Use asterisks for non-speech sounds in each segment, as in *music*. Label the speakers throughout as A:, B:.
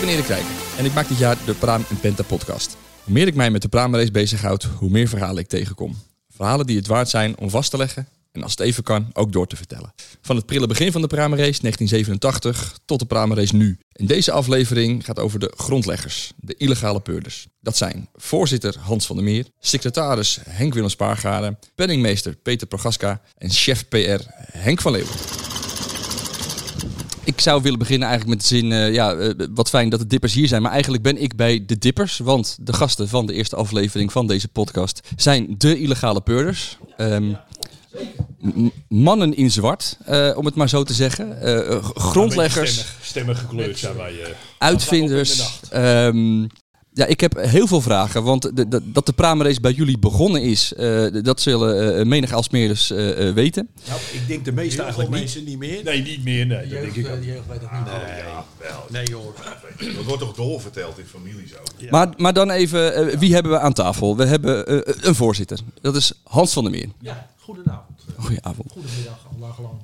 A: ben Erik Rijk en ik maak dit jaar de Praam en Penta podcast. Hoe meer ik mij met de Praamrace bezighoud, hoe meer verhalen ik tegenkom. Verhalen die het waard zijn om vast te leggen en als het even kan ook door te vertellen. Van het prille begin van de Praamrace 1987 tot de Praamrace nu. En deze aflevering gaat over de grondleggers, de illegale peurders. Dat zijn voorzitter Hans van der Meer, secretaris Henk Willem Spaargaren, penningmeester Peter Progaska en chef PR Henk van Leeuwen.
B: Ik zou willen beginnen eigenlijk met de zin, eh, ja, eh, wat fijn dat de dippers hier zijn. Maar eigenlijk ben ik bij de dippers, want de gasten van de eerste aflevering van deze podcast zijn de illegale peurders. Ehm, m- mannen in zwart, eh, om het maar zo te zeggen. Eh, g- grondleggers,
C: Stemmig, stemmig gekleurd zijn wij. eh.
B: uitvinders.
C: Laat
B: Ehm, ja, ik heb heel veel vragen, want de, de- dat de Pramerace bij jullie begonnen is, eh, dat zullen eh menig Aalsmeerders eh, eh, weten.
D: Nou, ik denk de meeste
E: Heel veel
D: eigenlijk niet.
E: mensen niet meer.
C: Nee, niet meer. Nee, dat denk
E: jeugd,
C: ik
E: eh,
C: ook.
E: de jeugd weet dat niet meer.
F: Ja, wel.
E: Nee joh.
F: Dat wordt toch doorverteld in families ook?
B: Maar, maar dan even, eh, wie hebben we aan tafel? We hebben eh, een voorzitter. Dat is Hans van der Meer.
E: Ja, goedenavond. Eh,
B: Goedenavond.
E: Goedemiddag, al dag lang.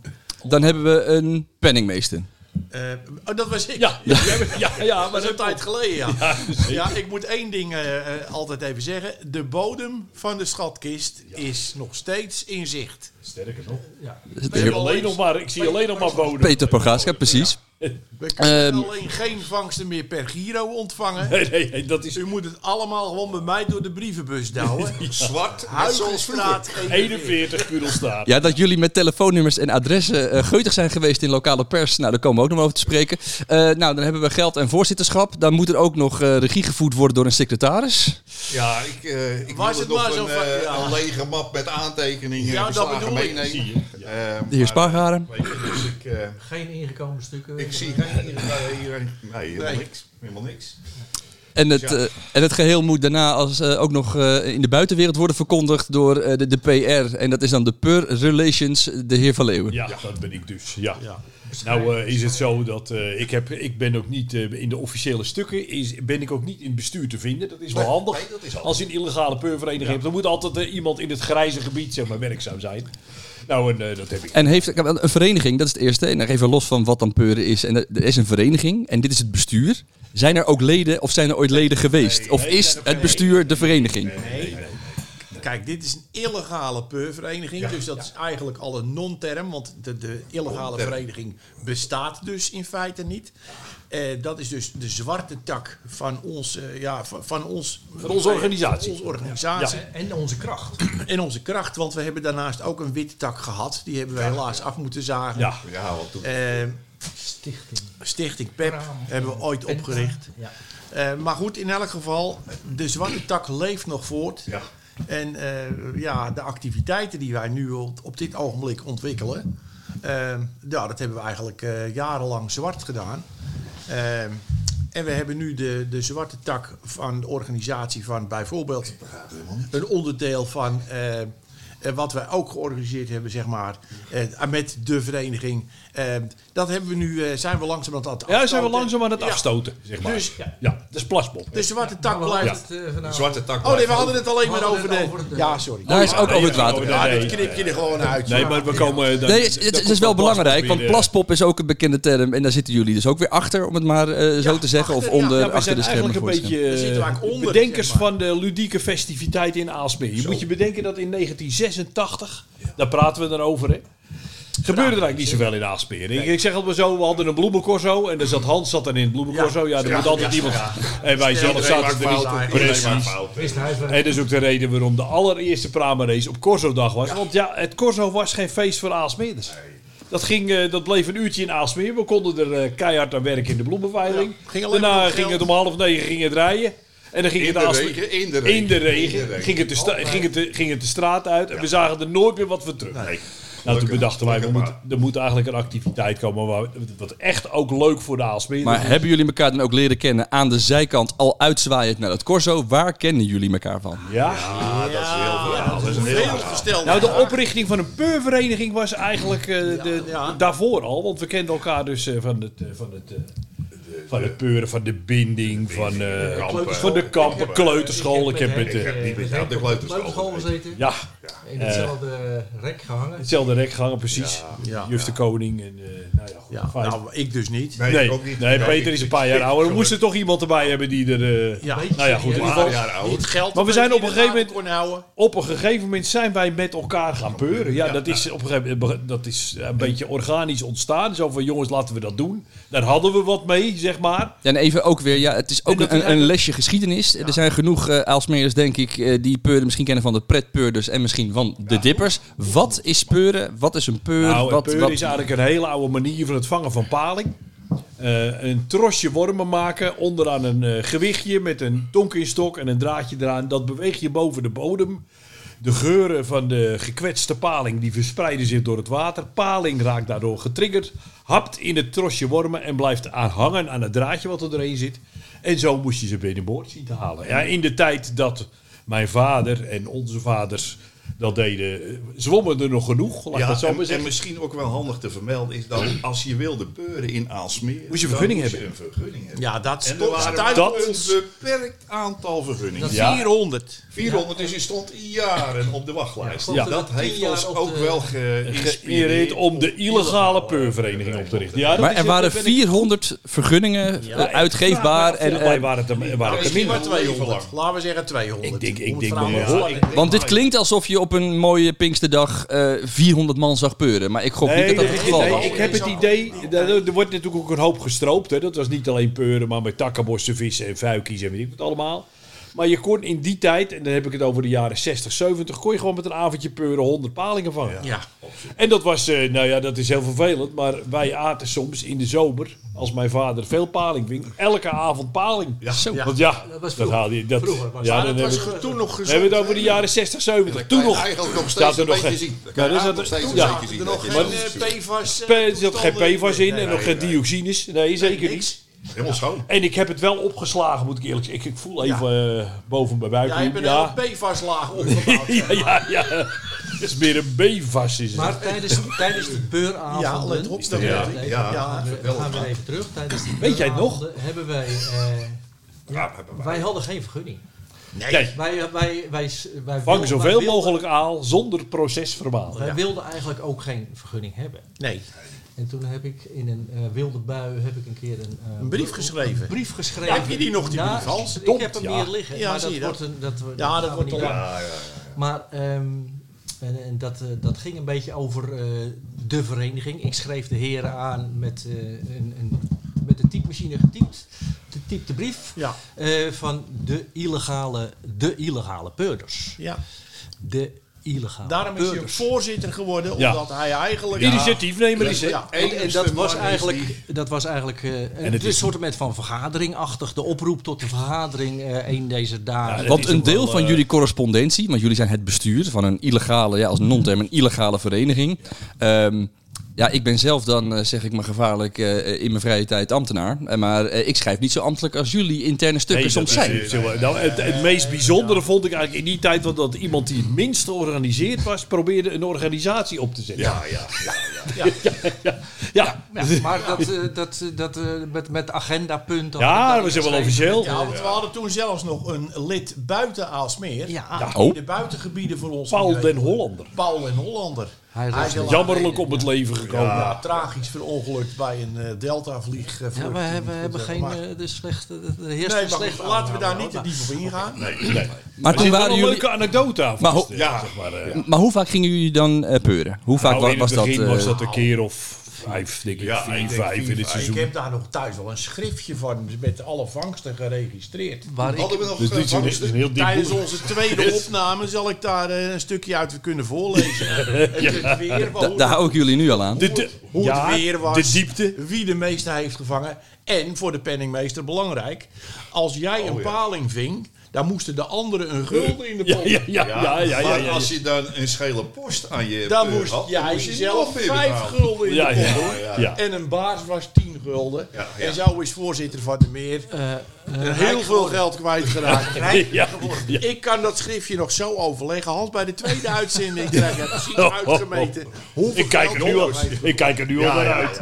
B: Dan hebben we een penningmeester.
E: Eh, oh, dat was ik.
C: Ja, ja, ja, *laughs* ja,
E: Dat
C: maar
E: is een
C: dat
E: tijd geleden, ja. Ja, ik moet één ding eh, eh, altijd even zeggen. De bodem van de schatkist is nog steeds in zicht.
C: Sterker nog.
E: Ja.
B: De
C: Ik, heb
B: heer
C: alleen nog maar, ik zie alleen nog maar bodem.
B: Peter Progaska, precies.
E: We kunnen
B: Ehm.
E: alleen geen vangsten meer per giro ontvangen.
C: Nee, nee, nee, dat is
E: U moet het allemaal gewoon bij mij door de brievenbus douwen.
F: Zwart, net zoals vroeger.
E: Huizenstraat
C: 41 Kudelstaat.
B: Ja, dat jullie met telefoonnummers en adressen eh, geutig zijn geweest in lokale pers. Nou, daar komen we ook nog over te spreken. Eh, nou, dan hebben we geld en voorzitterschap. Dan moet er ook nog eh, regie gevoerd worden door een secretaris.
F: Ja, ik, eh ik
E: Was
F: wil
E: het
F: nog
E: maar zo
F: een,
E: van-
F: eh,
E: ja.
F: een lege map met aantekeningen
E: Ja,
F: ja,
E: dat
F: verslagen
E: bedoel ik.
F: meenemen.
C: Zie
F: Eh,
B: De heer
F: maar,
B: Spaargaren.
F: weet je, dus ik, eh,
E: Geen ingekomen stukken.
F: *laughs* ik zie geen iedereen. iedereen- Nee, helemaal niks. Helemaal niks.
B: En het, eh, en het geheel moet daarna als, eh, ook nog eh, in de buitenwereld worden verkondigd door eh, de, de PR. En dat is dan de Per Relations, de heer Van Leeuwen.
C: Ja, dat ben ik dus. Ja.
E: Ja.
C: Nou eh, is het zo dat eh, ik, heb, ik ben ook niet eh, in de officiële stukken is, ben ik ook niet in het bestuur te vinden. Dat is wel handig.
F: nee, dat is handig.
C: Als je een illegale peurvereniging hebt, dan moet altijd eh, iemand in het grijze gebied zeg maar, werkzaam zijn. Nou, en eh, dat heb ik.
B: En heeft kijk, een vereniging, dat is het eerste. En dan even los van wat dan peuren is. En er er is een vereniging en dit is het bestuur. Zijn er ook leden of zijn er ooit leden geweest? of is het bestuur de vereniging?
E: Kijk, dit is een illegale peurvereniging, dus dat is eigenlijk al een non-term, want de, de illegale vereniging bestaat dus in feite niet. Eh, dat is dus de zwarte tak van, ons, eh, ja, van, van, ons, eh,
C: Van onze organisatie.
E: onze organisatie
D: En onze kracht.
E: en onze kracht, want we hebben daarnaast ook een witte tak gehad. Die hebben we helaas af moeten zagen.
C: Ja.
F: Ja, want toen
E: Eh,
D: Stichting.
E: Stichting PEP
D: Raam.
E: hebben we ooit opgericht.
D: Ja.
E: Eh, maar goed, in elk geval, de zwarte tak leeft nog voort.
F: Ja.
E: En eh, ja, de activiteiten die wij nu op, op dit ogenblik ontwikkelen, eh, ja, dat hebben we eigenlijk eh, jarenlang zwart gedaan. Eh, en we hebben nu de, de zwarte tak van de organisatie van bijvoorbeeld een onderdeel van eh, eh, wat wij ook georganiseerd hebben, zeg maar, eh, met de vereniging. Eh, dat hebben we nu, eh, zijn we langzaam aan het
C: Ja, zijn we
E: afstoten.
C: langzaam aan het
E: Ja.
C: afstoten, zeg maar.
E: Dus-
C: ja. ja, dat is plasbom.
E: De zwarte tak
D: Waar
E: blijft.
D: was het, eh,
F: Nou. de
D: vanavond?
F: zwarte tak.
E: Oh nee, we
F: blijft
E: hadden het alleen maar
D: hadden
E: over
D: het
E: de...
D: over de-
E: Ja, sorry.
B: Daar is ook
C: Nee,
B: over het water.
C: nee,
E: Ja,
C: nee,
E: dat knip je er gewoon uit.
C: Nee,
E: Ja.
C: maar we komen... eh,
B: Nee, het, het- het is wel belangrijk, want plaspop is ook een bekende term. En daar zitten jullie dus ook weer achter, om het maar eh, zo
E: Ja,
B: te zeggen. Of
E: achter, ja.
B: onder,
C: Ja, we
B: achter
C: zijn
B: de schermen
C: eigenlijk een
B: voor te
C: beetje
E: Daar zitten we
C: eh,
E: eigenlijk onder,
C: bedenkers
E: zeg maar.
C: van de ludieke festiviteit in Aalsmeer. Je moet je bedenken dat in 1986, daar praten we dan over, hè, gebeurde er eigenlijk niet zoveel in Aalsmeer. Ik, ik zeg het maar zo, we hadden een bloemencorso en er zat Hans zat dan in het bloemencorso. Ja, er moet altijd iemand... En wij zelf
F: Iedereen maakt
C: zaten er
F: fouten.
C: niet.
F: Iedereen maakt
C: Precies.
F: fouten.
D: Is de huiswerk.
C: En dat is ook de reden waarom de allereerste Prama-race op Corso-dag was. Want ja, het Corso was geen feest voor Aalsmeerders. Dat, ging, eh, dat bleef een uurtje in Aalsmeer. We konden er eh, keihard aan werken in de bloemenveiling.
E: Ja, ging alleen maar
C: Daarna
E: om
C: ging
E: geld.
C: het om half negen ging het rijden. En dan ging
F: In
C: het
F: de
C: Aalsmeer-
F: regen, in de regen.
C: In de regen.
F: In de regen.
C: Ging, het de sta- ging, het de, ging het de straat uit. En we zagen er nooit meer wat voor terug. Nou, toen
F: Gelukkig.
C: bedachten wij, we
F: Gelukkig
C: moeten- er moet eigenlijk een activiteit komen waar, wat echt ook leuk voor de Aalsmeerders
B: Maar hebben jullie elkaar dan ook leren kennen aan de zijkant, al uitzwaaiend naar het corso? Waar kennen jullie elkaar van?
C: is. Ja?
F: Ah, dat is heel veel. dat is een heel
E: Veel gesteld.
C: Nou, de oprichting van een peurvereniging was eigenlijk eh, de,
E: ja.
C: daarvoor al. Want we kenden elkaar dus eh, van het... eh, van het eh, van het peuren, van de binding, van, eh,
F: kampen.
C: van de kampen, kleuterschool. Ik heb
D: met
C: het... eh,
F: niet met
D: Henk
F: jou de
D: op
F: kleuterschool
D: kleuterschool gezeten.
C: ja,
D: In hetzelfde eh, rek gehangen.
C: Hetzelfde rek gehangen, precies.
E: Ja.
C: Juf de Koning en eh, nou ja, goed,
E: Ja,
C: fijn.
E: nou, ik dus niet.
F: Nee,
C: nee,
F: ik ook niet.
C: nee,
F: Nee,
C: Peter
F: ik-
C: is een
F: ik-
C: paar jaar
F: ik-
C: ouder. We
F: ik-
C: moesten toch iemand erbij hebben die er... eh,
E: Ja.
C: Nou ja, goed. in
F: Een
C: ieder
F: paar
C: geval,
F: jaar oud.
E: Het geld
C: Maar we zijn op een gegeven moment-
E: kon houden.
C: op een gegeven moment zijn wij met elkaar gaan peuren. Ja, dat is op een gegeven moment dat is een beetje organisch ontstaan. Zo van jongens, laten we dat doen. Daar hadden we wat mee, zeg maar.
B: En even ook weer, ja, het is ook
C: En dat
B: een,
C: die
B: een lesje geschiedenis. Er zijn genoeg eh Aalsmeerders, denk ik, eh, die peuren misschien kennen van de pretpeurders en misschien van de dippers. Wat is peuren? Wat is een peur?
C: Nou,
B: wat,
C: wat, peuren
B: wat-
C: is eigenlijk een hele oude manier van het vangen van paling. Eh, een trosje wormen maken, onderaan een eh, gewichtje met een tonkinstok en een draadje eraan. Dat beweeg je boven de bodem. De geuren van de gekwetste paling die verspreiden zich door het water. Paling raakt daardoor getriggerd, hapt in het trosje wormen en blijft aan hangen aan het draadje wat er doorheen zit. En zo moest je ze binnenboord zien te halen. Ja, in de tijd dat mijn vader en onze vaders dat deden, eh, zwommen er nog genoeg. Laat ik dat
F: Ja,
C: zo maar
F: en, en
C: zeggen.
F: misschien ook wel handig te vermelden is dat als je wilde peuren in Aalsmeer...
C: Moest je
F: dan
C: vergunning
F: moest je
C: hebben.
F: een vergunning hebben.
E: Ja, dat
F: En er
E: stond
F: waren
E: stuit-
C: dat-
F: een beperkt aantal vergunningen.
C: Ja.
E: 400.
F: 400 is in stond jaren op de wachtlijst.
C: Ja.
F: Dat heeft
D: jaar
F: ons
D: op
F: ook
D: de-
F: wel geïnspireerd
C: geïnspireerd om de illegale peurvereniging op te richten. Ja, dat
B: maar
C: is-
B: er
C: ja,
B: waren
C: dat ben ik-
B: 400 vergunningen eh, uitgeefbaar. En,
C: Volgens mij
B: eh,
C: waren het er, er waren er
E: Misschien
C: minder.
E: maar 200. Laten we zeggen 200.
C: Ik denk- eh, ik
E: Om het
C: denk
E: verhaal
C: wel,
E: nog
C: ja.
E: voor-
F: Ik denk
B: want dit
F: maar-
B: klinkt alsof je op een mooie Pinksterdag eh 400 man zag peuren. Maar ik gok
C: Nee,
B: niet dat dat
C: nee,
B: het geval
C: nee,
B: was.
C: ik heb het idee, er er wordt natuurlijk ook een hoop gestroopt. Hè. Dat was niet alleen peuren, maar met takkenbossen, vissen en vuikies en weet ik wat allemaal. Maar je kon in die tijd, en dan heb ik het over de jaren 60, 70, kon je gewoon met een avondje peuren 100 palingen vangen.
E: Ja,
C: En dat was, eh, nou ja, dat is heel vervelend. Maar wij aten soms in de zomer, als mijn vader veel paling ving, elke avond paling. Ja,
F: zo.
C: Want ja,
D: Dat was
C: dat
D: vroeger.
C: haalde je. Dat,
D: Vroeger was
C: ja,
D: dat.
C: dan
D: Dat
C: hebben
D: was
C: we-
D: ge-
E: toen
C: we
E: nog
C: hebben
E: gezond.
C: het over de jaren 60, 70. Toen nog.
F: Eigenlijk nog
C: staat
F: steeds
C: er
F: een
C: nog
F: beetje
C: geen-
F: zien.
C: Ja, dus
F: Ja,
C: dat-
F: nog steeds een
C: ja.
F: beetje zien.
E: Er nog
F: Nee,
E: geen
F: maar-
E: eh, PFAS. eh,
C: Er zat geen
E: toestanden.
C: PFAS in en nog
F: nee,
C: geen
F: nee.
C: dioxines. Nee, zeker niet.
E: niks.
F: Helemaal schoon.
C: En ik heb het wel opgeslagen, moet ik eerlijk zeggen. Ik, ik voel even eh, boven mijn buik.
E: Ja,
C: hier.
E: je bent
C: ja.
E: een PFAS-laag opgebouwd.
C: *laughs*
E: zeg
C: ja,
E: maar.
C: ja, ja. Het is meer een BVAS. Is het.
D: Maar tijdens, tijdens de beuravonden...
E: Ja, let op.
D: Gaan
E: dat
F: Ja.
E: weet ik.
F: Ja.
D: we- we gaan weer even terug. Tijdens de
C: Weet jij het nog?
D: beuravonden hebben wij... eh,
F: Ja, maar- maar-
D: wij hadden geen vergunning.
C: Nee,
D: Wij, eh, wij, wij, wij
C: vang
D: wilden- wij
C: zoveel
D: wilden-
C: mogelijk aal zonder procesverbaal.
D: Wij wilden eigenlijk ook geen vergunning hebben.
E: Nee,
D: En toen heb ik in een eh, wilde bui heb ik een keer een, eh,
E: Een brief geschreven.
D: een brief geschreven.
E: Ja, heb je die nog, die
D: Na-
E: brief, Hans?
D: Ik heb hem
C: Ja.
D: hier liggen.
E: Ja,
D: maar
E: zie je
D: dat
E: dat?
D: wordt een, dat, we-
E: Ja,
D: gaan
E: dat
D: we
E: wordt
D: niet
E: toch-
D: aan.
F: Ja, ja, ja.
D: Maar ehm, en, en dat, eh, dat ging een beetje over eh, de vereniging. Ik schreef de heren aan met, eh, een, een, met de typemachine getypt. De typte brief
E: ja.
D: eh, van de illegale, de illegale peurders.
E: ja.
D: De illegale
E: Daarom is hij ook
D: peurders.
E: voorzitter geworden,
C: Ja.
E: omdat hij eigenlijk...
C: Initiatiefnemer is het.
E: Ja.
D: En, en dat
F: Enigste
D: was
F: man is
D: eigenlijk, dat was eigenlijk eh, een,
C: het
D: het
C: is-
D: soort met van vergaderingachtig. De oproep tot de vergadering eh een deze dagen.
C: Ja, dat
B: Want
C: is
B: een
C: ook wel,
B: deel van
C: eh,
B: jullie correspondentie, want jullie zijn het bestuur van een illegale, ja,
C: Mhm.
B: als non-term, een illegale vereniging. Ehm, ja, ik ben zelf dan, eh, zeg ik maar gevaarlijk, eh, in mijn vrije tijd ambtenaar. Eh, maar eh, ik schrijf niet zo ambtelijk als jullie interne stukken
C: Nee,
B: soms
C: dat
B: zijn.
C: is- is wel- nou, het, het meest bijzondere vond ik eigenlijk in die tijd want dat iemand die het minst georganiseerd was, probeerde een organisatie op te zetten.
F: Ja, ja.
C: ja.
D: Ja, maar dat, eh, dat, eh, dat, eh, met, met agendapunt. had ik
C: Ja,
D: daar
C: we zijn wel
D: geschreven.
C: officieel.
E: Ja, want we hadden toen zelfs nog een lid buiten Aalsmeer.
D: Ja,
E: In
B: Oh,
E: de buitengebieden voor ons.
C: Paul
E: geweest.
C: den Hollander.
E: Paul en Hollander.
D: Hij is
E: is
D: al-
E: al
C: Jammerlijk om het leven gekomen.
E: Ja, tragisch verongelukt bij een eh, Delta-vlieg. eh,
D: ja
E: voor
D: we
E: het-
D: hebben, we hebben
E: maar-
D: geen eh, de slechte. Er heerst
E: Nee,
D: een
E: maar
D: slechte
E: goed, laten we daar niet te
D: aanhouding.
E: diep op ingaan.
F: Nee, nee.
B: maar toen
C: Maar er zit wel
B: waren
C: een
B: jullie.
C: leuke anekdote aan
B: Maar ho-
C: vast, eh,
F: Ja.
C: zeg maar, eh.
B: Maar hoe vaak gingen jullie dan eh, peuren? Hoe vaak
C: Nou,
B: wa-
C: in
B: was
C: het
B: dat?
C: begin
B: eh,
C: was dat een keer of vijf, denk ik.
F: Ja,
C: vier,
F: ik denk
C: vijf
F: vier,
C: in dit
F: vijf.
E: Ik
C: seizoen.
E: heb daar nog thuis wel een schriftje van met alle vangsten geregistreerd.
D: Waar ik,
F: Hadden we nog
C: Dus dit is een,
F: eh,
C: dit is een heel diep
E: Tijdens
C: boek.
E: onze
C: *laughs*
E: tweede opname zal ik daar eh, een stukje uit kunnen voorlezen.
C: *laughs*
E: Het weer,
B: da- daar hou ik jullie nu al aan.
C: De- de-
E: hoe het
C: ja,
E: weer was.
C: De diepte.
E: wie de meeste heeft gevangen. En voor de penningmeester belangrijk, als
C: Oh,
E: jij een paling ving, dan moesten de anderen een gulden in de
C: Ja,
E: pot.
C: ja, ja. ja, ja, ja,
F: maar
C: ja.
F: als je dan een schele post aan je
E: Dan
F: peur
E: moest
C: Oh,
F: had, dan
E: jij
F: moest je die
E: zelf
F: nog weer
E: vijf
F: betalen.
E: gulden in
C: Ja,
E: de pot.
C: ja,
E: hoor.
C: ja.
E: En een baas was tien gulden.
F: Ja, ja.
E: En zo is voorzitter van de meer.
D: eh,
E: heel veel geld kwijtgeraakt. Nee,
C: *laughs* Ja.
E: Ik kan dat schriftje nog zo overleggen. Hans, bij de
C: *laughs*
E: tweede uitzending krijg je precies uitgemeten. Hoeveel
C: Oh, Ik kijk er
E: geld
C: nu al,
E: er is.
C: ik kijk er nu al naar uit.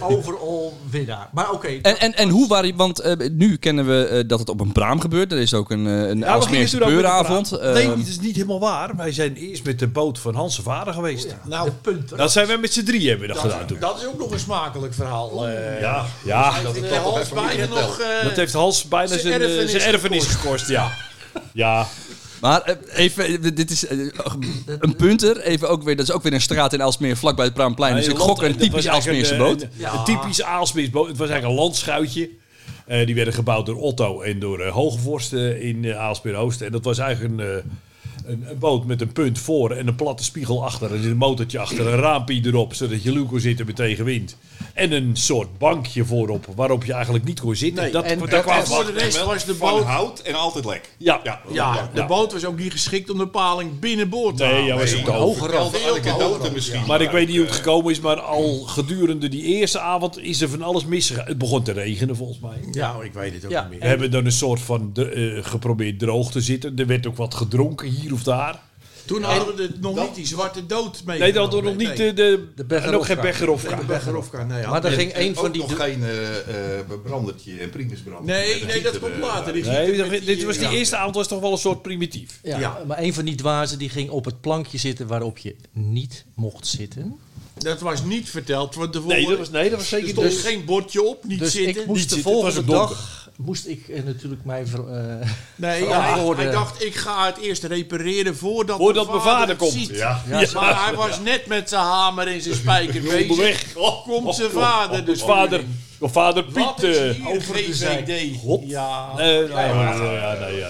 D: Overall winnaar. Maar oké,
B: En, en, en hoe waren... Want eh, nu kennen we eh, dat het op een praam gebeurt. Er is ook een, eh, een Aalsmeerse beuravond.
C: Nee,
B: Ehm,
C: het is niet helemaal waar. Wij zijn eerst met de boot van Hans' vader geweest.
E: Nou,
C: Dat zijn we met z'n drieën hebben we dat, gedaan
E: dat,
C: toen.
E: dat is ook nog een smakelijk
D: Oh,
E: verhaal. eh.
C: ja, ja.
E: dat
C: Dat,
E: heeft eh, Hans bijna nog... eh,
C: heeft Hans bijna
E: zijn
C: zijn, eh,
E: erfenis
C: zijn erfenis gekost. Ja. ja.
B: Maar eh, even, eh, dit is eh, een punter. Even ook weer, dat is ook weer een straat in Aalsmeer, vlakbij het Praamplein.
C: Ah,
B: Dus ik gok een
C: Dat was
B: typisch
C: eigenlijk
B: Aalsmeerse
C: een, eh,
B: boot.
C: Een, een typisch Aalsmeerse boot. Het was eigenlijk een landschuitje. Eh, die werden gebouwd door Otto en door eh, Hogevorst eh, in eh, Aalsmeer-Oost. En dat was eigenlijk een, eh, een, een boot met een punt voor en een platte spiegel achter. Er zit een motortje achter, een raampje erop, zodat je luco zit er met tegenwind. En een soort bankje voorop, waarop je eigenlijk niet kon zitten.
E: Nee,
C: dat,
D: en-
C: daar
E: en-
C: kwam-
E: en- voor de rest was de
F: Van
E: boot-
F: hout en altijd lek.
C: ja, ja,
F: Ja.
E: Ja, de boot was ook niet geschikt om de paling binnenboord te
C: Nee,
E: halen.
C: ja, was ook te hoog.
D: hoger
F: Vertelde anekdote misschien.
C: Maar ik weet niet hoe het gekomen is, maar al gedurende die eerste avond is er van alles misgegaan. Het begon te regenen volgens mij.
E: Ja, oh, ik weet het ook
D: Ja.
E: niet
C: We
E: meer.
C: hebben dan een soort van de, eh, geprobeerd droog te zitten. Er werd ook wat gedronken hier of daar.
E: Toen hadden we de, nog niet die zwarte dood mee.
C: Nee, dat hadden we nog niet eh, de,
D: De
C: en ook geen
D: Becherovka.
C: Becherovka.
E: Nee, de Becherovka, nee, ja.
D: maar er ging
F: En
D: één van
F: ook
D: die...
F: nog geen eh, eh, brandertje en primusbrander.
E: nee, nee, dat
D: eh,
E: komt
F: eh,
E: later. Die
C: Nee,
E: gieten met
C: dit- dit was die
E: eh,
C: eerste avond was toch wel een soort primitief.
D: Ja,
E: Ja.
D: maar een van die dwazen die ging op het plankje zitten waarop je niet mocht zitten.
E: Dat was niet verteld van tevoren.
C: Nee, dat was, nee, dat was
E: er
C: zeker
E: stond
C: niet.
E: geen bordje op, niet
D: Dus
E: zitten.
D: ik moest
C: niet
D: de
C: zitten. Het was
D: volgende
C: ook donker.
D: dag moest ik eh, natuurlijk mijn ver, eh,
E: *laughs* nee,
D: Ja,
E: hij,
D: voor de-
E: hij dacht, ik ga het eerst repareren voordat,
C: Voordat mijn vader
E: het
C: komt.
E: ziet.
F: Ja.
E: Maar hij was net met zijn hamer en zijn spijker bezig.
C: Onderweg. *laughs* Oh,
E: Komt
C: oh,
E: zijn
C: oh,
E: vader
C: oh,
E: dus
C: vader,
E: weer
C: oh, vader
E: Wat
C: Piet. eh,
E: is hier GVD?
C: Hop.
E: Ja.
C: eh, nou ja, Nou, ja, ja, ja,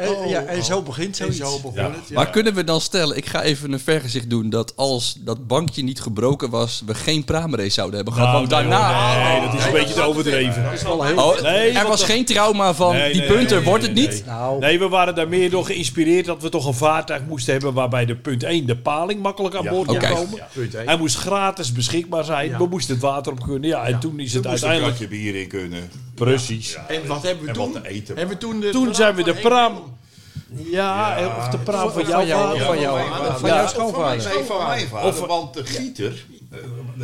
C: ja.
D: eh, ja, en zo begint
E: oh, En
D: zoiets.
E: zo begon
C: Ja.
E: het. ja.
B: Maar kunnen we dan stellen, ik ga even een vergezicht doen, dat als dat bankje niet gebroken was, we geen praamrace zouden hebben gehad.
C: Nou,
B: want
C: nee,
B: daarna...
C: hoor. Nee, dat is een beetje te overdreven.
B: Oh,
C: Nee,
B: er
C: want
B: was
C: dat-
B: geen trauma van
C: Nee,
B: die
C: nee,
B: punter,
C: nee,
B: wordt het
C: nee,
B: niet?
C: nee.
D: Nou,
C: Nee, we waren daar meer door geïnspireerd dat we toch een vaartuig moesten hebben waarbij de punt 1 de paling makkelijk aan boord kon
B: Oké.
C: komen.
E: Punt één.
C: Hij moest gratis beschikbaar zijn.
E: Ja.
C: We moesten het water op kunnen. Ja, en toen is het
F: Moest een
C: uiteindelijk.
F: kratje bier in kunnen.
C: Precies.
E: En wat hebben we
F: En
E: toen?
F: wat te eten.
E: Hebben we toen de
C: Toen zijn we de
E: van
C: praam. Ja, eh, of de praam van jouw
D: jou,
C: vader.
D: van jou, eh,
E: Ja,
D: van
E: van
D: jouw
E: mij.
D: schoonvader.
F: Nee, van mijn vader.
C: Of-
F: want de gieter... eh,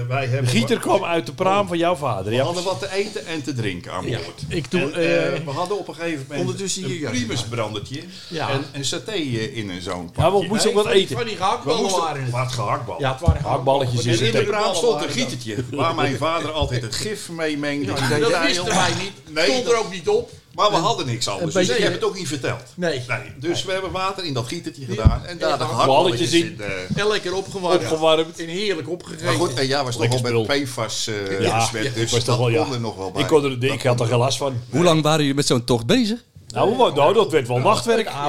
F: wij hebben
C: De gieter kwam uit de praam van jouw vader.
F: We
C: Ja,
F: hadden wat te eten en te drinken aan boord.
D: Ik doe,
F: En,
D: eh,
F: eh, we hadden op een gegeven moment
E: ondertussen hier,
F: een
E: ja.
F: primusbrandertje
E: Ja.
F: en een saté eh, in een zo'n
C: ja
F: pakje.
C: we moesten ook wat
E: die-
C: eten.
E: Van die
F: We
E: gehaktballen waren
F: moesten
E: het.
F: wat gehaktbal.
E: Ja, het waren
C: Hakballetjes
F: En
C: is
F: in
C: het.
F: de
C: ook.
F: praam stond een gietertje waar mijn vader altijd het gif mee mengde.
E: Ja, dat wisten wij niet.
F: Nee,
E: stond
F: dat-
E: er ook niet op.
F: Maar we hadden niks anders. Dus
D: beetje-
F: ik heb het ook niet verteld.
E: Nee.
F: Dus we hebben water in dat gietertje gedaan en daar de
E: Balletjes
F: gehaktballetjes
C: in.
F: in. eh.
E: En lekker opgewarmd.
C: Opgewarmd.
E: En heerlijk opgegeten.
F: Maar goed, en ja, was toch
C: Lekker
F: wel met PFAS eh
C: Ja,
F: besmet,
C: was
F: dus dat
C: toch wel, ja.
F: kon er nog wel bij.
C: Ik, kon er, ik had er geen last van.
B: Hoe lang waren jullie met zo'n tocht bezig?
C: Nou, we- nou, dat werd wel nachtwerk.
E: ja,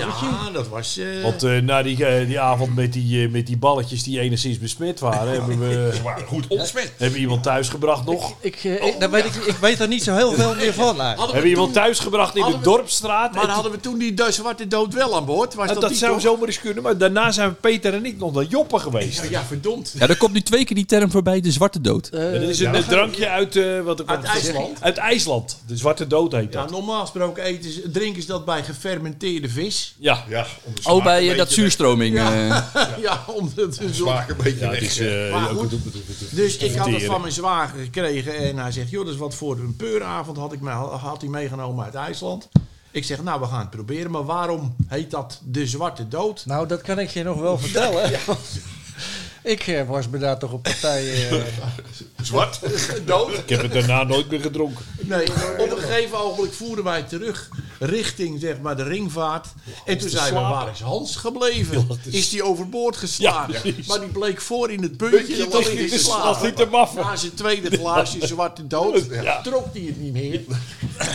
E: dat was... eh,
C: Want eh, na die, eh, die avond met die, eh, met die balletjes die enigszins besmet waren, hebben we
F: Maar goed ontsmet.
C: hebben we iemand thuisgebracht nog.
D: Ik, eh,
E: Oh,
D: ik, daar weet ik, ik weet er niet zo heel
E: *laughs*
D: veel meer van. eigenlijk.
E: hadden
C: Hebben
E: we
C: we iemand
E: toen-
C: thuisgebracht in de
E: hadden we-
C: dorpstraat.
E: Maar
C: En
E: hadden we toen die de zwarte dood wel aan boord? Was
C: toen-
E: dat,
C: dat
E: die
C: zou
E: toch?
C: zomaar eens kunnen, maar daarna zijn Peter en ik nog naar Joppen geweest.
E: Ja, ja, verdomd.
B: Ja, er komt nu twee keer die term voorbij, de zwarte dood.
C: Dat is een eh, drankje uit, eh, wat er
E: Uit IJsland?
C: Uit IJsland. De Zwarte Dood heet
E: Ja,
C: dat.
E: Nou, normaal gesproken eten ze, drinken ze dat bij gefermenteerde vis.
C: Ja.
F: Ja, om de smaak
B: Oh, bij
F: een
B: eh, dat
F: beetje weg-
B: zuurstroming. eh.
E: *laughs* Ja, omdat het zo...
F: Smaak een beetje
C: het
F: weg.
C: is,
F: eh.
C: eh,
E: Maar
C: ook
E: goed,
C: een- een- een- een-
E: Dus ik had het
C: verteren.
E: van mijn zwager gekregen en hij zegt, joh, dat is wat voor een peuravond had, ik me, had hij meegenomen uit IJsland. Ik zeg, nou, we gaan het proberen, maar waarom heet dat de Zwarte Dood?
D: Nou, dat kan ik je nog wel
E: *laughs*
D: vertellen. Ik eh, was me daar toch op partij. eh,
F: Zwart.
E: Dood?
C: Ik heb het daarna nooit meer gedronken.
E: Nee, op een gegeven ogenblik voeren wij terug richting, zeg maar, de ringvaart. En toen zijn we,
C: slapen.
E: waar is Hans gebleven? Is die overboord geslagen?
C: Ja, precies.
E: maar die bleek voor in het puntje te
C: Dat
E: liggen
C: niet
E: slapen.
C: te maffen.
E: Na zijn tweede glaasje Zwarte Dood
C: Ja.
E: *laughs* trok hij het niet meer.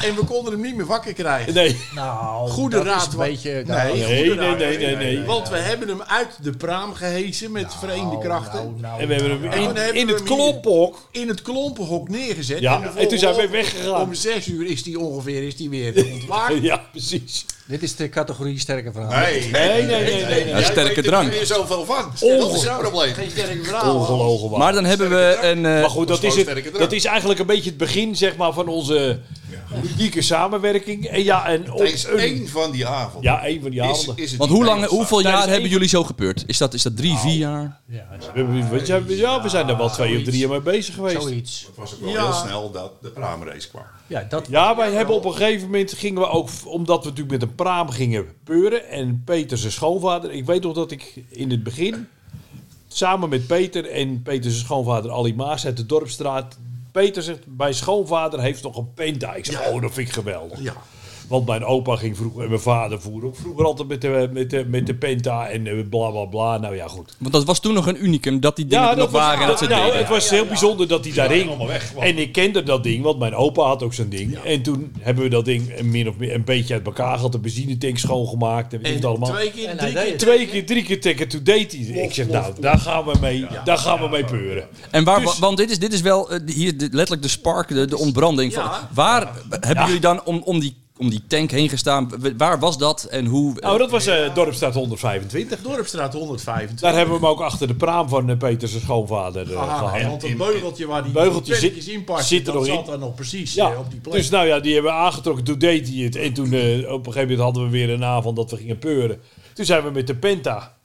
E: En we konden hem niet meer wakker krijgen.
C: Nee.
D: nou,
E: Goede
D: dat
E: raad,
D: Is een
E: wat-
D: beetje,
E: Nee,
D: nou,
C: Nee, nee, nee, nee, nee.
E: Want we hebben hem uit de praam gehesen met verenigde krachten.
D: nou, nou,
C: En we hebben hem
E: En toen
C: in,
E: Oh, hebben
C: in
E: we
C: het
E: hem hier.
C: klomphok.
E: In het klompenhok neergezet.
C: Ja,
E: de
C: en toen zijn we
E: volgende
C: weggegaan.
E: ochtend Om zes uur is die ongeveer is die weer
C: *laughs*
E: ontwaakt.
C: Ja, precies.
D: Dit is de categorie sterke verhaal.
F: Nee,
C: Nee, nee, nee, nee. nee.
B: Ja, sterke drank.
F: Er is zoveel van. Dat is
C: Onge-
F: het probleem.
E: Geen sterke verhaal.
C: Oh. Ongelogen waar.
B: Maar dan hebben we een... eh,
C: Maar goed, dat
F: gewoon
C: is, het,
F: sterke drank.
C: dat is eigenlijk een beetje het begin zeg maar, van onze Ludieke samenwerking. En ja, en op
F: Tijdens
C: Oh, een-
F: één van die avonden.
C: ja, één van die
F: is,
C: avonden.
F: is het
B: Want hoe
F: niet
B: lang,
F: bij ons
B: hoeveel
C: Tijdens
B: jaar
C: één- Nou,
B: hebben jullie zo gebeurd? Is dat, is dat drie, vier jaar?
D: Ja,
C: We- we- we zijn- Ja, we zijn er wel twee of drie jaar mee bezig geweest.
D: zoiets.
F: staan. Het was ook wel
E: Ja.
F: heel snel dat de praamrace kwam.
D: Ja, dat,
C: Ja, wij hebben op een gegeven moment gingen we ook, omdat we natuurlijk met een praam gingen peuren. En Peter zijn schoonvader, ik weet nog dat ik in het begin, samen met Peter en Peter zijn schoonvader Ali Maas uit de Dorpstraat. Peter zegt, mijn schoonvader heeft nog een penta. Ik zeg, oh dat vind ik geweldig.
E: Ja.
C: Want mijn opa ging vroeger, en mijn vader voer ook vroeger altijd met de, met de, met de penta en eh, bla bla bla. Nou ja, goed.
B: Want dat was toen nog een unicum, dat die dingen er nog waren en dat ze het
C: nou,
B: deden.
C: het was heel bijzonder dat hij daar hing.
F: allemaal weg, want-
C: En ik kende dat ding, want mijn opa had ook zo'n ding. En toen hebben we dat ding een min of meer een beetje uit elkaar gehad. De benzinetank schoongemaakt en, weet ik
E: En
C: het allemaal.
E: twee keer,
D: En
E: drie
D: hij
E: keer.
D: deed
C: Twee keer, drie keer tikken, toen deed hij. Ik zeg, nou, daar gaan we mee, daar gaan we mee peuren.
B: En waar,
C: Dus-
B: want dit is, dit is wel eh, hier de- letterlijk de spark, de, de ontbranding. Van,
E: Ja.
B: Waar hebben jullie dan om, om, die, om die tank heen gestaan? W- Waar was dat en hoe?
C: Nou, dat was eh Dorpstraat 125.
E: Dorpstraat 125.
C: Daar hebben we hem ook achter de praam van eh, Peter zijn schoonvader eh,
E: Ah,
C: gehangen.
E: want dat beugeltje waar die
C: Beugeltje
E: die
C: zit-
E: perkjes in passen,
C: zit er
E: dat
C: nog
E: zat
C: in.
E: daar nog precies
C: Ja,
E: eh, op die plek.
C: dus nou ja, die hebben we aangetrokken. Toen deed hij het. En toen eh, op een gegeven moment hadden we weer een avond dat we gingen peuren. Toen zijn we met de Penta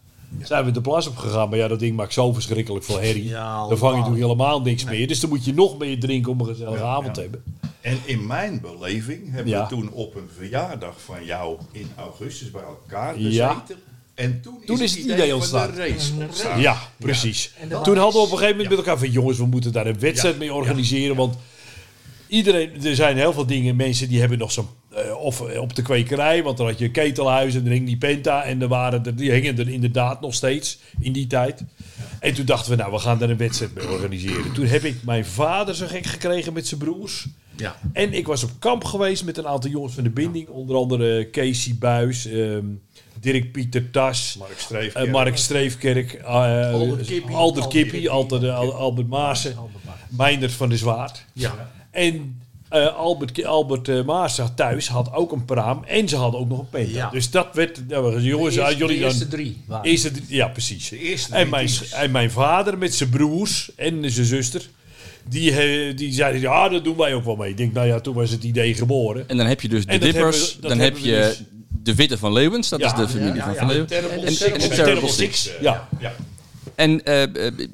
C: zijn we de plas op gegaan. Maar ja, dat ding maakt zo verschrikkelijk veel herrie.
E: Ja,
C: dan vang je
E: totaal.
C: toen helemaal niks meer. Dus dan moet je nog meer drinken om een gezellige avond te hebben.
F: En in mijn beleving hebben
C: Ja.
F: we toen op een verjaardag van jou in augustus bij elkaar gezeten.
C: Ja.
F: En toen,
C: Toen is het idee ontstaan.
F: van de race ontstaan.
C: Ja, precies.
D: En dat
C: Toen
D: is-
C: hadden we op een gegeven moment met elkaar van... jongens, we moeten daar een wedstrijd
F: Ja,
C: mee organiseren. Want iedereen, er zijn heel veel dingen. Mensen die hebben nog zo'n... eh, of op de kwekerij, want dan had je een ketelhuis... en er hing die penta en er waren er, die hingen er inderdaad nog steeds in die tijd. En toen dachten we, nou, we gaan daar een wedstrijd mee organiseren. Toen heb ik mijn vader zo gek gekregen met zijn broers...
E: Ja.
C: En ik was op kamp geweest met een aantal jongens van de binding. Onder andere eh, Casey Buis, ehm, Dirk Pieter Tas,
F: Mark Streef.
C: eh, Mark Streefkerk, eh,
E: Albert Kippie.
C: Albert Kippie, Albert, Al- Albert Maassen, Meindert van de Zwaard.
E: Ja.
C: En eh, Albert, Ki- Albert eh, Maassen thuis had ook een praam en ze hadden ook nog een penta.
E: Ja.
C: Dus dat werd, ja, we- jongens,
D: eerste-
C: ah, jullie
D: de
C: dan...
D: eerste drie waren.
C: Eerste drie- ja, precies.
F: De eerste
C: En
F: drie
C: mijn,
F: teams.
C: en mijn vader met zijn broers en zijn zuster, die, eh, die zeiden, ja, dat doen wij ook wel mee. Ik denk, nou ja, toen was het idee geboren.
B: en dan heb je dus de
C: En dat
B: dippers,
C: hebben we- dat
B: dan heb
C: hebben we dus-
B: je de Witte van Leeuwens, dat
C: Ja.
B: is de familie
E: ja,
B: van
E: ja.
B: Van Leeuwen.
F: Terrible
B: en-
F: Six.
B: en
F: Eh,
B: Terrible
C: Six.
F: eh,
C: Ja.
F: ja.
B: En eh, eh,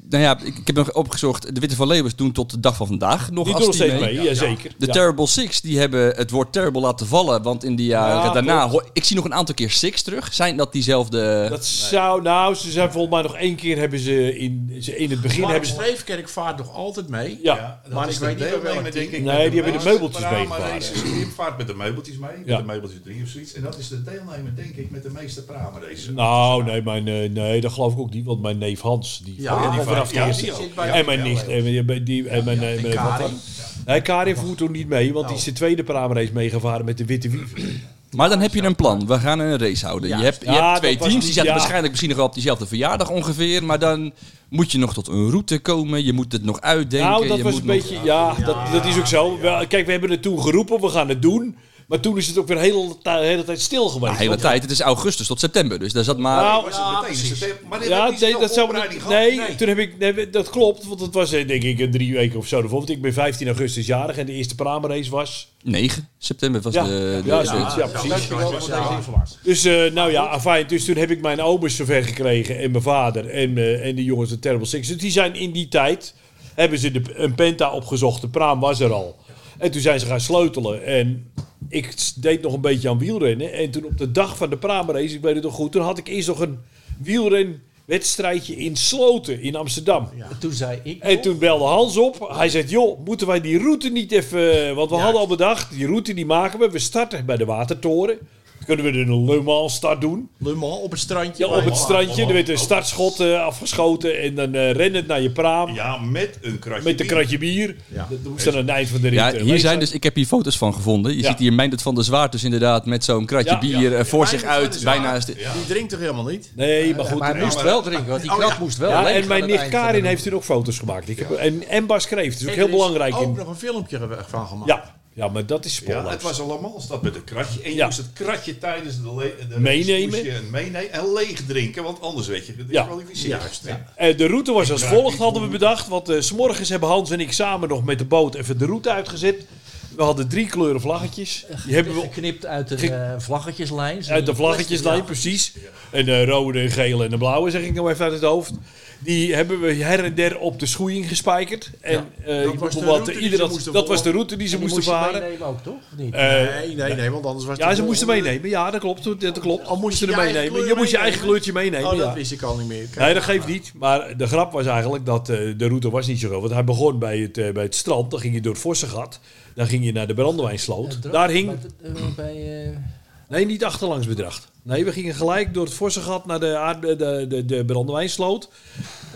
B: nou ja, ik, ik heb nog opgezocht, de Witte van Leeuwens doen tot de dag van vandaag nog
C: Die
B: als
C: doen nog
B: team
C: steeds mee, ja, zeker.
B: De
C: Ja.
B: Terrible Six, die hebben het woord terrible laten vallen, want in de jaren
C: Ja,
B: daarna, hoor, ik zie nog een aantal keer Six terug. Zijn dat diezelfde...
C: Dat zou, nou, ze zijn volgens mij nog één keer hebben ze in, ze in het begin
E: Mark
C: hebben ze.
E: Streefkerk vaart nog altijd mee.
C: Ja,
F: Ja, dat
E: Maar
F: is
E: ik
F: de
E: weet niet bij welk
F: deelnemer,
E: team.
F: denk ik,
C: Nee,
F: met
C: die hebben de
F: meeste
C: meubeltjes
F: Parama
C: meegevaren.
F: races. Die vaart met de meubeltjes mee, met
C: Ja.
F: de meubeltjes drie of zoiets. En dat is de deelnemer, denk ik, met de meeste praamraces.
C: Nou, nee, mijn, eh, nee, dat geloof ik ook niet, want mijn neef Hans, die
E: Ja,
C: ja,
E: die
C: vanaf
F: vaart-
C: de
F: ja,
C: eerste.
F: die ook.
E: zit bij-
C: En mijn nicht, en, die- die, en mijn, eh, mijn- wat
E: Karin.
C: dan? Nee, Karin voert toen niet mee, want die is de tweede praamrace meegevaren met de witte wief.
B: Maar dan heb je een plan. We gaan een race houden. Je hebt, je
C: Ja,
B: hebt
C: dat
B: twee
C: was
B: teams.
C: niet-
B: Die zitten
C: ja.
B: waarschijnlijk misschien nog wel op diezelfde verjaardag ongeveer. Maar dan moet je nog tot een route komen. Je moet het nog uitdenken.
C: Nou, dat
B: eh, je
C: was
B: moet
C: een
B: nog-
C: beetje, ja, dat, dat is ook zo. Wel, Kijk, we hebben het toen geroepen, we gaan het doen. Maar toen is het ook weer de hele, de hele tijd stil geweest.
B: de hele
C: Want-
B: tijd. Het is augustus tot september. Dus daar zat maar...
C: Nou,
F: Was
E: Ja,
F: het meteen? Oh, Is het- Maar dit
C: Ja,
F: heeft niet
C: nee,
F: zoveel
C: dat zou
F: voorbereiding gehad.
C: nee, toen heb ik, nee, dat klopt, want het was eh, denk ik een drie weken of zo ervoor. Want ik ben 15 augustus jarig en de eerste Pramerace was.
B: 9 september was
C: Ja,
B: de... de-
C: ja,
B: de-
C: zoiets, ja,
E: zo.
C: precies.
E: Dankjewel voor deze informatie.
C: Dus, eh, nou ja, afijn, dus toen heb ik mijn ouders zover gekregen en mijn vader en, eh, en de jongens van Terrible Six. Dus die zijn in die tijd, hebben ze de, een penta opgezocht, de praam was er al. En toen zijn ze gaan sleutelen en ik s- deed nog een beetje aan wielrennen. En toen op de dag van de praamrace, ik weet het nog goed, toen had ik eerst nog een wielrenwedstrijdje in Sloten in Amsterdam.
D: Toen zei ik,
C: En toen belde Hans op. Hij zegt, joh, moeten wij die route niet even... Want we hadden al bedacht, die route die maken we. We starten bij de Watertoren. Dan kunnen we een Le Mans start doen.
E: Le Mans op het strandje.
C: Ja, op het strandje. Er werd een
F: Oh.
C: startschot eh, afgeschoten. En dan eh rennen het naar je praam.
F: Ja, met een kratje
C: Met een
F: bier.
C: kratje bier.
E: Ja.
C: Dat moest dan aan het eind van de rit.
B: Ja,
C: eh,
B: hier
C: leeg
B: zijn dus, ik heb hier foto's van gevonden. Je
C: Ja.
B: ziet hier Meindert van der Zwaard dus inderdaad met zo'n kratje
C: Ja,
B: bier eh, voor zich
E: Meindert van
B: uit.
E: der
B: Bijna is de-
F: Ja.
E: Die drinkt toch helemaal niet?
C: Nee, maar goed.
D: maar hij
C: eh,
D: moest wel drinken, want die krat moest wel
C: ja,
D: leeg
C: en
D: aan
C: mijn
D: het
C: nicht
D: eind van de
C: Karin
D: ronde.
C: heeft hier ook foto's gemaakt. Ik heb, en, en Bas Kreeft. Dat is ook
E: Er
C: heel
E: is
C: belangrijk.
E: ook
C: in-
E: nog een filmpje ge- van gemaakt.
C: Ja. ja, maar dat is
F: Ja,
C: spoorloos.
F: het was allemaal stad met een kratje. En je
C: Ja.
F: moest het kratje tijdens de, le- de
C: Meenemen.
F: moest je het meenemen en leeg drinken, want anders werd je gedisqualificeerd. Juist, ja.
C: Eh, de route was als volgt, hadden we bedacht. Want eh, s s'morgens hebben Hans en ik samen nog met de boot even de route uitgezet. We hadden drie kleuren vlaggetjes. Die hebben we
D: geknipt uit de
C: Gek-
D: eh, vlaggetjeslijn.
C: uit de vlaggetjeslijn,
D: Ja.
C: precies. En de rode, gele en de blauwe, zeg ik nou even uit het hoofd. Die hebben we her en der op de schoeiing gespijkerd. En, eh,
E: dat
C: want
E: was de route die
C: ieder
E: ze
C: had-
E: moesten
C: dat was de
E: volgen.
C: route die ze
D: Die
C: moesten
D: moest je
C: varen.
D: meenemen ook, toch? Of niet?
C: Eh,
E: Nee, nee, nee, want anders was
C: ja,
E: het-
C: ze moesten meenemen. Ja, dat klopt. Dat klopt. Al moesten
E: je
C: ze
E: je eigen
C: meenemen. Je
E: kleur
C: moest je eigen
E: meenemen?
C: kleurtje meenemen.
E: Oh,
C: ja.
E: dat wist ik al niet meer. Kijk,
C: Nee, dat geeft niet. Maar de grap was eigenlijk dat eh, de route was niet zo groot. Want hij begon bij het, eh, bij het strand. Dan ging je door het Vossengat. Dan ging je naar de Brandewijnsloot.
D: Eh, dra-
C: Daar hing...
D: Bij, eh, bij, eh,
C: Nee, niet achterlangs bedracht. Nee, we gingen gelijk door het Vossengat naar de, aard, de, de, de Brandewijnsloot.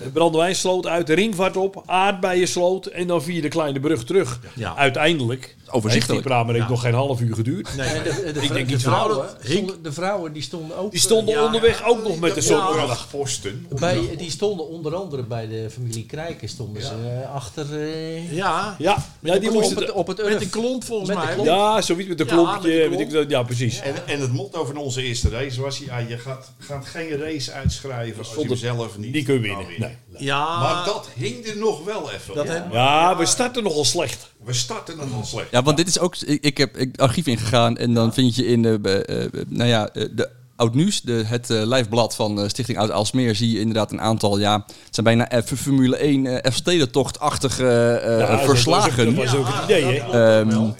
C: Eh, Brandewijnsloot uit de ringvaart op. Aardbeiensloot. En dan via de kleine brug terug.
E: Ja.
C: Uiteindelijk heeft die
B: Overzichtelijk.
C: Pramerik nog geen half uur geduurd.
E: Nee,
D: en de, de, de,
C: Ik denk
D: de
C: niet
D: vrouwen,
E: vrouwen.
D: stonden, de vrouwen die stonden ook.
C: Die stonden
E: Ja, ja.
C: onderweg ook nog met de
E: Ja.
C: zonnebrug.
F: Vooraf posten.
D: eh, Bij, die stonden onder andere bij de familie Krijken stonden ze eh, achter eh,
E: ja,
C: Ja, ja die
D: op,
C: moesten...
D: het, op het
E: met een
D: Urf.
E: klomp volgens
D: Met een
E: mij.
D: klomp.
C: Ja, zoiets met een
E: Ja,
C: klompje.
E: met een
C: weet ik,
E: klomp.
C: wat. ja, precies.
F: En, en het motto van onze eerste race was: ja, je gaat, gaat geen race uitschrijven als je
C: Zonder-
F: hem zelf niet.
C: Die kun je
F: kan
C: winnen. Nee.
E: Ja,
F: Maar dat hing er nog wel even.
E: dat
F: op.
E: hebben
C: Ja, we starten nogal slecht.
F: We starten dan al slecht.
B: Ja, want dit is ook. Ik, ik heb ik, archief ingegaan en dan vind je in. eh, be- eh, be- nou ja, eh, de Oud Nieuws, de, het eh, lijfblad van eh, Stichting Oud Aalsmeer, zie je inderdaad een aantal. Ja, het zijn bijna F, Formule 1 eh, F-stedentocht-achtige eh,
C: Ja,
B: eh, verslagen.
C: Dat was ook het idee, hè?
B: Ehm,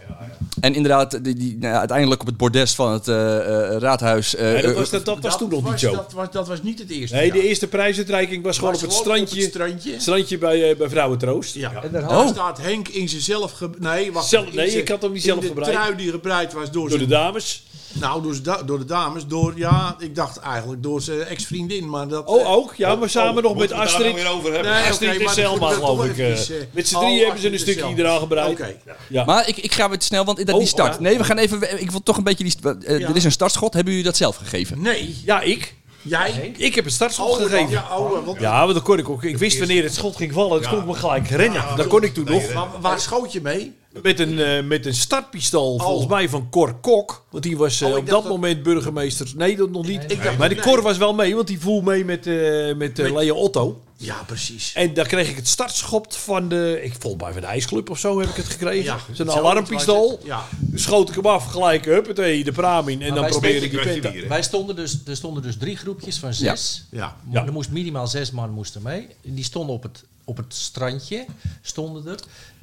B: en inderdaad, die, die, nou ja, uiteindelijk op het bordes van het eh, eh, raadhuis. eh,
C: Nee, dat
B: eh,
C: was, dat, dat was toen nog
E: was-
C: niet zo.
E: Dat was, dat was niet het eerste.
C: Nee,
E: jaar.
C: de eerste prijsuitreiking was gewoon op
E: Was
C: het
E: gewoon op
C: strandje.
E: strandje.
C: Strandje bij, eh bij Vrouwentroost.
E: Ja.
D: En daar
E: Daar
D: hadden-
E: staat Henk in zijn zelf... ge- Nee, wacht.
C: Zelf-
E: in
C: nee,
E: zijn-
C: ik had hem niet
E: in
C: zelf
E: de
C: gebreid.
E: trui die gebreid was door,
C: Door de
E: zijn-
C: dames.
E: Nou, door, zijn da- door de dames. Door, ja, ik dacht eigenlijk door zijn ex-vriendin. Maar dat...
C: Oh, ook? Ja, maar samen nog met
F: Moeten we het daar nou
C: Astrid.
F: weer over hebben.
E: Nee,
C: Astrid
E: oké,
C: en
E: maar dat
C: Selma,
E: moet ik
C: geloof
E: toch
C: ik.
E: eventjes,
C: eh.
E: eh,
C: Met z'n
E: oh,
C: drieën hebben ze een
E: Astrid en
C: stukje
E: Selma.
C: iedereen gebreid.
E: Oké.
B: Maar ik, ik ga weer snel, want dat
C: Oh,
B: die start.
C: ja.
B: Nee, we gaan even. Ik wil toch een beetje die. st- eh,
E: Ja.
B: Er is een startschot. Hebben jullie dat zelf gegeven?
E: eh, Nee,
C: Ja, ik.
E: jij...
C: Ik heb een startschot
E: Oh,
C: gegeven. Ja,
E: Ja, oh, want
C: want dan kon ik ook. Ik wist wanneer het schot ging vallen. Dus kon ik me gelijk rennen. Dat kon ik toen
F: Nee,
C: nog.
F: rennen.
E: Maar waar schoot je mee?
C: Met een, eh, met een startpistool, volgens mij van Cor Kok. Want die was eh,
E: Oh, ik
C: op dat
E: dacht dat-
C: moment burgemeester. Nee, dat nog niet.
E: ik dacht-
C: maar de
E: nee.
C: Cor was wel mee, want die voel mee met, eh met eh,
E: Met-
C: Leo Otto.
E: Ja, precies.
C: En daar kreeg ik het startschot van de... Ik volgens mij van de ijsclub of zo heb ik het gekregen.
E: Ja,
C: Zo'n
E: zo
C: alarmpistool.
E: was het. Ja.
C: Schoot ik hem af, gelijk, huppatee, de praam in. En dan
D: wij
C: probeer
F: spelen
C: ik die
F: krijg je
C: penta.
F: bier.
D: Wij stonden dus, er stonden dus drie groepjes van zes.
E: Ja.
D: Mo-
C: Ja.
D: Er moest minimaal zes man moesten mee. Die stonden op het, op het strandje. Stonden er.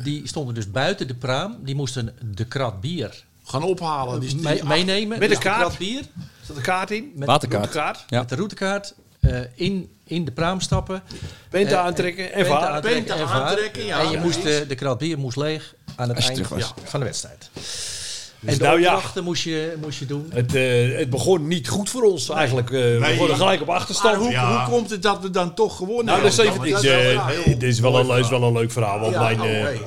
D: Die stonden dus buiten de praam. Die moesten de krat bier
E: Gaan ophalen. Die, die-
D: Eh, mee- meenemen.
C: Met
D: Dus
C: een kaart.
D: krat bier.
C: Zat de kaart in?
D: Met,
B: Waterkaart.
C: De kaart.
B: Ja.
D: met de routekaart. eh, in, in de praam stappen.
C: Penta
D: Eh,
C: aantrekken en
D: penta
C: varen.
D: aantrekken
E: Penta
D: en varen.
E: aantrekken, ja.
D: En je
E: Ja,
D: moest,
E: eens.
D: eh, de krat bier moest leeg aan het
B: Als je
D: eind
B: terug was.
D: ja, van de wedstrijd. en de
C: nou ja.
D: opdrachten moest, je, moest je doen.
C: Het, eh, het begon niet goed voor ons eigenlijk. eh, We
F: Nee.
C: worden gelijk op
E: Maar
C: achterstand.
E: hoe,
F: Ja.
E: hoe komt het dat we dan toch gewonnen
C: Nou, dat is even iets.
E: wel
C: eh,
E: raar.
C: Dit is wel een- is wel een leuk verhaal. Want
E: Ja,
C: mijn,
F: nou,
E: oh,
C: eh,
E: hey.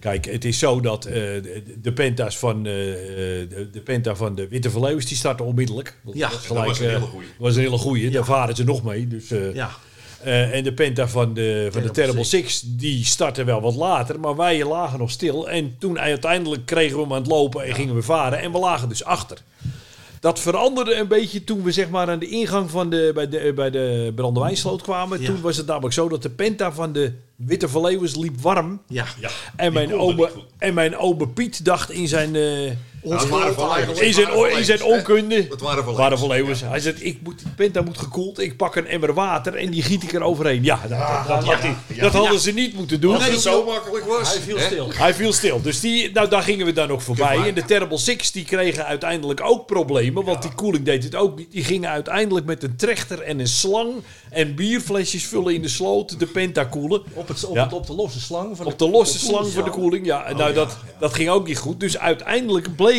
C: Kijk, het is zo dat eh, de- de penta's van, eh, de, de penta van de Witte Verleeuwens, die starten onmiddellijk. Dat
E: Ja,
F: dat was een
C: eh,
F: hele goeie.
C: was een hele goeie. Daar varen ze nog mee. Dus, eh,
E: Ja.
C: eh, en de penta van de, van de
E: Terrible
C: Terrible Six, die startte wel wat later. Maar wij lagen nog stil. En toen uiteindelijk kregen we hem aan het lopen en gingen we varen. En we lagen dus achter. Dat veranderde een beetje toen we zeg maar aan de ingang van de, bij de, eh, bij de Brandewijnsloot kwamen.
E: Ja.
C: Toen was het namelijk zo dat de penta van de Witte Verleeuwens liep warm.
E: Ja.
F: Ja.
C: En mijn,
F: Die konden
C: ome,
F: niet goed.
C: en mijn ome Piet dacht in zijn, eh,
F: Nou, het waren van Leeuwen.
C: in zijn, o- in zijn onkunde.
F: Het waren van
C: Waren
F: Leeuwen.
C: van Leeuwens. Hij zegt, ik moet, die Penta moet gekoeld. Ik pak een emmer water en die giet ik er overheen. Ja, dat, dat, dat- dat hadden ze niet moeten doen.
F: Als het zo makkelijk was. Hij viel stil.
C: Hij viel stil. Dus die, nou, daar gingen we dan ook voorbij. En de Terrible Six die kregen uiteindelijk ook problemen. Want die koeling deed het ook niet. Die gingen uiteindelijk met een trechter en een slang en bierflesjes vullen in de sloot. De Penta koelen.
D: Op, het, op,
C: Ja.
D: het, op de losse slang. Van
C: Op de losse
D: de
C: slang voor de koeling. Ja, en nou, Dat, dat ging ook niet goed. Dus uiteindelijk bleken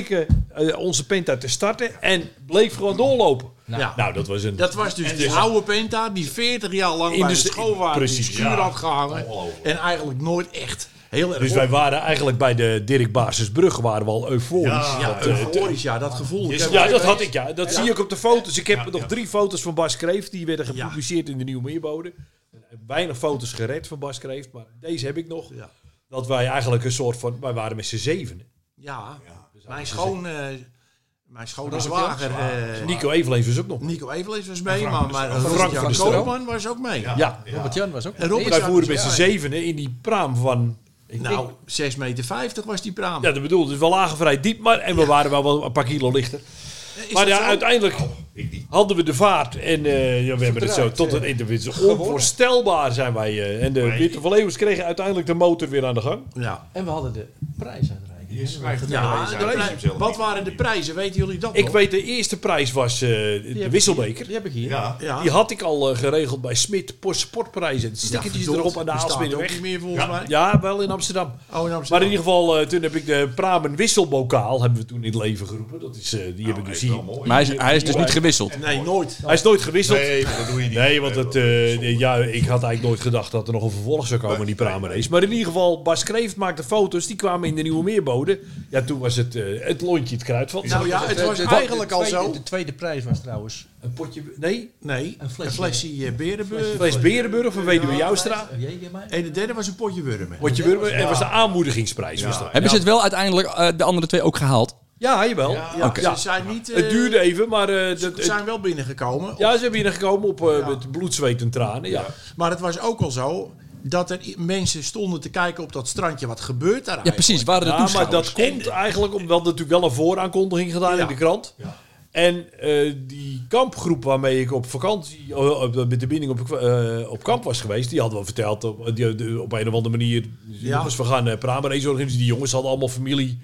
C: eh, onze Penta te starten. En bleef gewoon doorlopen. Nou, dat was een...
E: Dat was dus die oude Penta die 40 jaar lang
C: In
E: bij
C: de
E: de
C: stu-
E: schoonwaard in de
C: precies,
E: schuur
C: ja.
E: had gehangen.
F: Ongelooflijk.
E: En eigenlijk nooit echt heel erg
C: Dus wij waren eigenlijk bij de Dirk Baarsensbrug waren we al euforisch.
F: Ja,
E: Ja,
C: eh,
E: euforisch, ja, dat gevoel. Ik heb-
C: Ja, dat had ik, ja. Dat zie ik op de foto's. Ik heb nog drie foto's van Bas Kreeft. Die werden gepubliceerd in de Nieuwe Meerbode. Weinig foto's gered van Bas Kreeft, maar deze heb ik nog.
E: Ja.
C: Dat wij eigenlijk een soort van... Wij waren met z'n zeven.
E: Ja, mijn schoon... eh, Mijn schone zwager, eh,
C: Nico Evelens was ook nog.
E: Nico Evelees was mee, maar, maar
C: Frank van
E: Frank
C: der Stroom.
E: Koopman was ook mee.
C: Ja,
D: Robert Jan was ook.
E: En Robert
C: wij voeren
E: ja,
C: met z'n
E: ja.
C: zevenen in die praam van... Ik denk-
E: Nou, 6,50 meter was die praam.
C: ja, dat bedoel, ik. dus we lagen vrij diep, maar en we waren wel wat- een paar kilo lichter. maar ja, uiteindelijk hadden we de vaart en eh, ja, we hebben het zo tot het interview. Onvoorstelbaar zijn wij. eh, en de Witte van Leeuwens kregen uiteindelijk de motor weer aan de gang.
E: Ja.
D: En we hadden de prijsuitreiking.
F: Je schrijft
E: Ja,
F: de
E: de
F: prijs.
E: prijzen. wat waren de prijzen? Weten jullie dat
C: Ik
E: nog?
C: weet, de eerste prijs was eh, de Wisselbeker.
D: Die heb ik hier.
F: Ja,
E: Ja,
C: Die had ik al eh, geregeld bij Smit Post Sportprijzen.
E: Ja,
C: Stickertjes
E: verdomd,
C: erop aan de
E: bestaat ook
C: Aalsmeerweg.
E: niet meer volgens mij.
C: Ja, wel in Amsterdam.
E: Oh, in Amsterdam.
C: Maar in ieder geval, eh, toen heb ik de Pramen Wisselbokaal hebben we toen in het leven geroepen. Dat is, eh, die
E: Nou,
C: heb ik dus hier.
B: Maar hij is, hij is dus niet gewisseld.
E: Nee, nooit.
C: Hij is nooit gewisseld. Nee,
F: Nee, maar dat doe je niet.
C: want
F: Nee,
C: het,
F: dat-
C: eh, ja, ik had eigenlijk nooit gedacht dat er nog een vervolg zou komen, die Pramen race. Maar in ieder geval, Bas Kreeft maakte foto's. Die kwamen in de Nieuwe Meerbode. Ja, toen was het eh, het lontje het kruidvat.
E: Nou ja, het was
D: De- de-
E: eigenlijk
D: de
E: al
D: tweede-
E: zo.
D: De tweede prijs was trouwens
C: Een potje... Nee,
E: Nee,
D: Een
E: een
D: flesje.
E: flesje, eh, berenburg.
C: Fles Berenburg van Weduwe Joustra.
D: Oh, jee, jee, maar-
E: En de derde was een potje wurmen.
C: Potje Wurmen. En was de aanmoedigingsprijs. was dat.
B: Hebben ze het wel uiteindelijk eh, de andere twee ook gehaald?
C: Ja, jawel.
E: Ja,
B: Oké.
E: Ze zijn niet... eh,
C: Het duurde even, maar eh, dat-
E: Ze
C: het-
E: zijn wel binnengekomen.
C: ja, ze hebben hier gekomen op eh,
E: Ja.
C: met bloed, zweet en tranen. Ja.
E: Maar het was ook al zo dat er i- mensen stonden te kijken op dat strandje. Wat gebeurt daar
B: Ja,
E: eigenlijk?
B: precies. Waren er
C: Ja, maar
B: toeschouwers?
C: dat komt eigenlijk omdat er natuurlijk wel een vooraankondiging gedaan
E: Ja.
C: in de krant. En eh, die kampgroep waarmee ik op vakantie, eh, op- met de binding op, eh, op kamp was geweest, die hadden wel verteld, op, die, de- op een of andere manier,
E: Ja.
C: jongens, we gaan uh, Race organiseren. Die jongens hadden allemaal familie.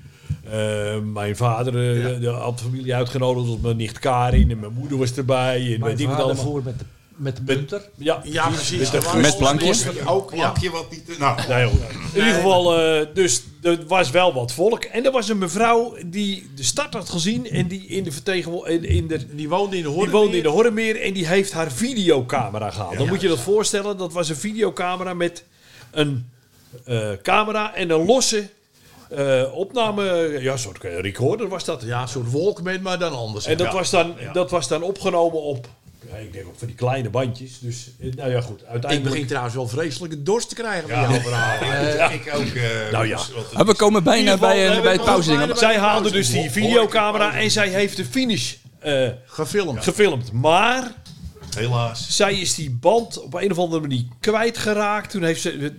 C: Eh, mijn vader eh,
E: Ja.
C: de- had familie uitgenodigd, zoals mijn nicht Karin en mijn moeder was erbij. En
D: Mijn
C: weet ik wat
D: vader
C: allemaal.
D: voor met de, met de punter.
C: Ja,
E: Ja, precies.
C: Met
E: Er
C: de-
E: waren
B: met
E: allemaal
B: plankjes.
E: mensen die Oh, Ook, ja.
F: Plakje wat niet... Nou,
C: Nou ja, goed. In ieder geval, eh, dus er was wel wat volk. En er was een mevrouw die de start had gezien en die in de vertegenwo- in, in de
E: Die woonde in de
C: die
E: Hornemeer.
C: woonde in de Horremeer en die heeft haar videocamera gehaald. Dan moet je dat voorstellen, dat was een videocamera met een eh, camera en een losse eh, opname, ja, een soort eh, recorder was dat.
E: Ja, een soort wolkman, maar dan anders.
C: En dat,
E: Ja.
C: was dan, dat was dan opgenomen op, ja, ik denk op van die kleine bandjes. Dus, eh, nou ja, goed,
E: Ik
C: uiteindelijk...
E: begin trouwens wel vreselijke dorst te krijgen.
F: ja,
E: van
C: *laughs*
E: jou.
F: verhaal. Ik ik ook. eh,
C: nou ja.
F: dus wat-
B: Ah, we komen bijna
C: ieder geval,
B: bij,
C: we
B: eh bij het
C: hebben
B: pauzeding.
E: nog
C: Zij haalde dus die videocamera en zij heeft de finish eh,
E: Gefilmd.
C: gefilmd. Maar
F: Helaas.
C: zij is die band op een of andere manier kwijtgeraakt. Toen heeft ze,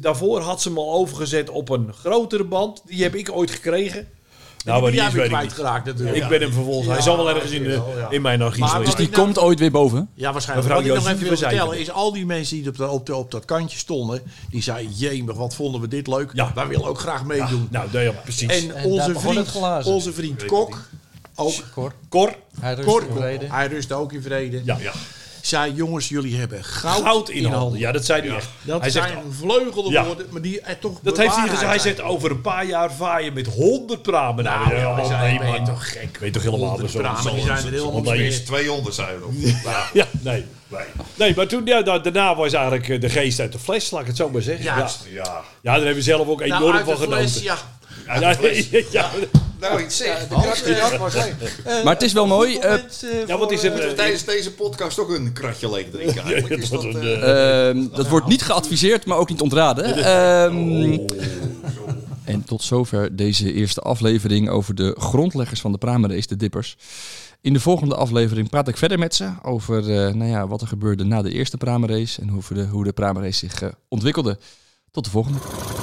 C: daarvoor had ze hem al overgezet op een grotere band. Die heb ik ooit gekregen. Nou, maar die
E: Die heb
C: is
E: ik
C: weet ik niet.
E: kwijtgeraakt natuurlijk.
C: Ik ben hem vervolgens. Hij
E: Ja,
C: zal wel ergens in, de,
E: ja.
C: in mijn archief
E: Maar
C: liggen.
B: Dus die
E: Ik nou-
B: komt ooit weer boven.
E: Ja, waarschijnlijk.
C: Mevrouw
E: Wat ik nog
C: Joostie
E: even wil
C: van Zijden.
E: vertellen is, al die mensen die op, de, op, de- op dat kantje stonden, die zeiden, jemig, wat vonden we dit leuk.
C: Ja.
E: Wij willen ook graag meedoen.
C: Nou, daar- ja, precies.
E: en,
D: daar
E: onze
D: begon het
E: vriend,
D: glazen.
E: onze vriend Kok, ook
D: Cor.
C: Cor.
D: Hij rust
E: Cor,
D: in vrede.
E: hij rust ook in vrede,
C: Ja, ja.
E: zei, jongens, jullie hebben goud,
C: Goud in handen. Ja, dat zei hij echt.
E: Dat
C: hij zegt,
E: zijn vleugelde
C: Ja.
E: woorden, maar die er toch
C: dat heeft hij
E: bewaarheid
C: gezegd. Hij
E: zijn.
C: zegt, over een paar jaar vaaien met 100 pramen. Nou,
E: Nou,
C: ja,
E: ja,
C: man,
E: zei,
C: nee,
E: ben je
C: man.
E: toch gek.
C: Weet toch helemaal
E: Honderd
C: zo.
E: pramen, die
C: zo-
E: zijn er helemaal
C: zo-
E: niet
C: nee.
F: Eerst 200 zijn we
C: Ja, ja, nee. Nee, maar toen, ja, da- daarna was eigenlijk eh, de geest uit de fles, laat ik het zo maar zeggen. Ja, ja.
E: Juist.
F: Ja.
C: daar hebben we zelf ook enorm
E: Nou, uit
C: van
E: de
C: genoten.
E: fles, ja.
C: Ja, *laughs*
F: Uit de fles.
C: ja, ja.
F: Nou, iets zeg.
B: Maar het is wel mooi. eh,
C: Ja, wat is het? eh,
F: Tijdens deze podcast ook een kratje leeg drinken eigenlijk. Is
C: wat
F: dat,
C: een,
F: eh,
C: eh,
B: ehm, dat wordt niet geadviseerd, maar ook niet ontraden. Ehm, en tot zover deze eerste aflevering over de grondleggers van de Pramerace, de Dippers. In de volgende aflevering praat ik verder met ze over eh, nou ja, wat er gebeurde na de eerste Pramerace en hoe de, hoe de Pramerace zich eh, ontwikkelde. Tot de volgende.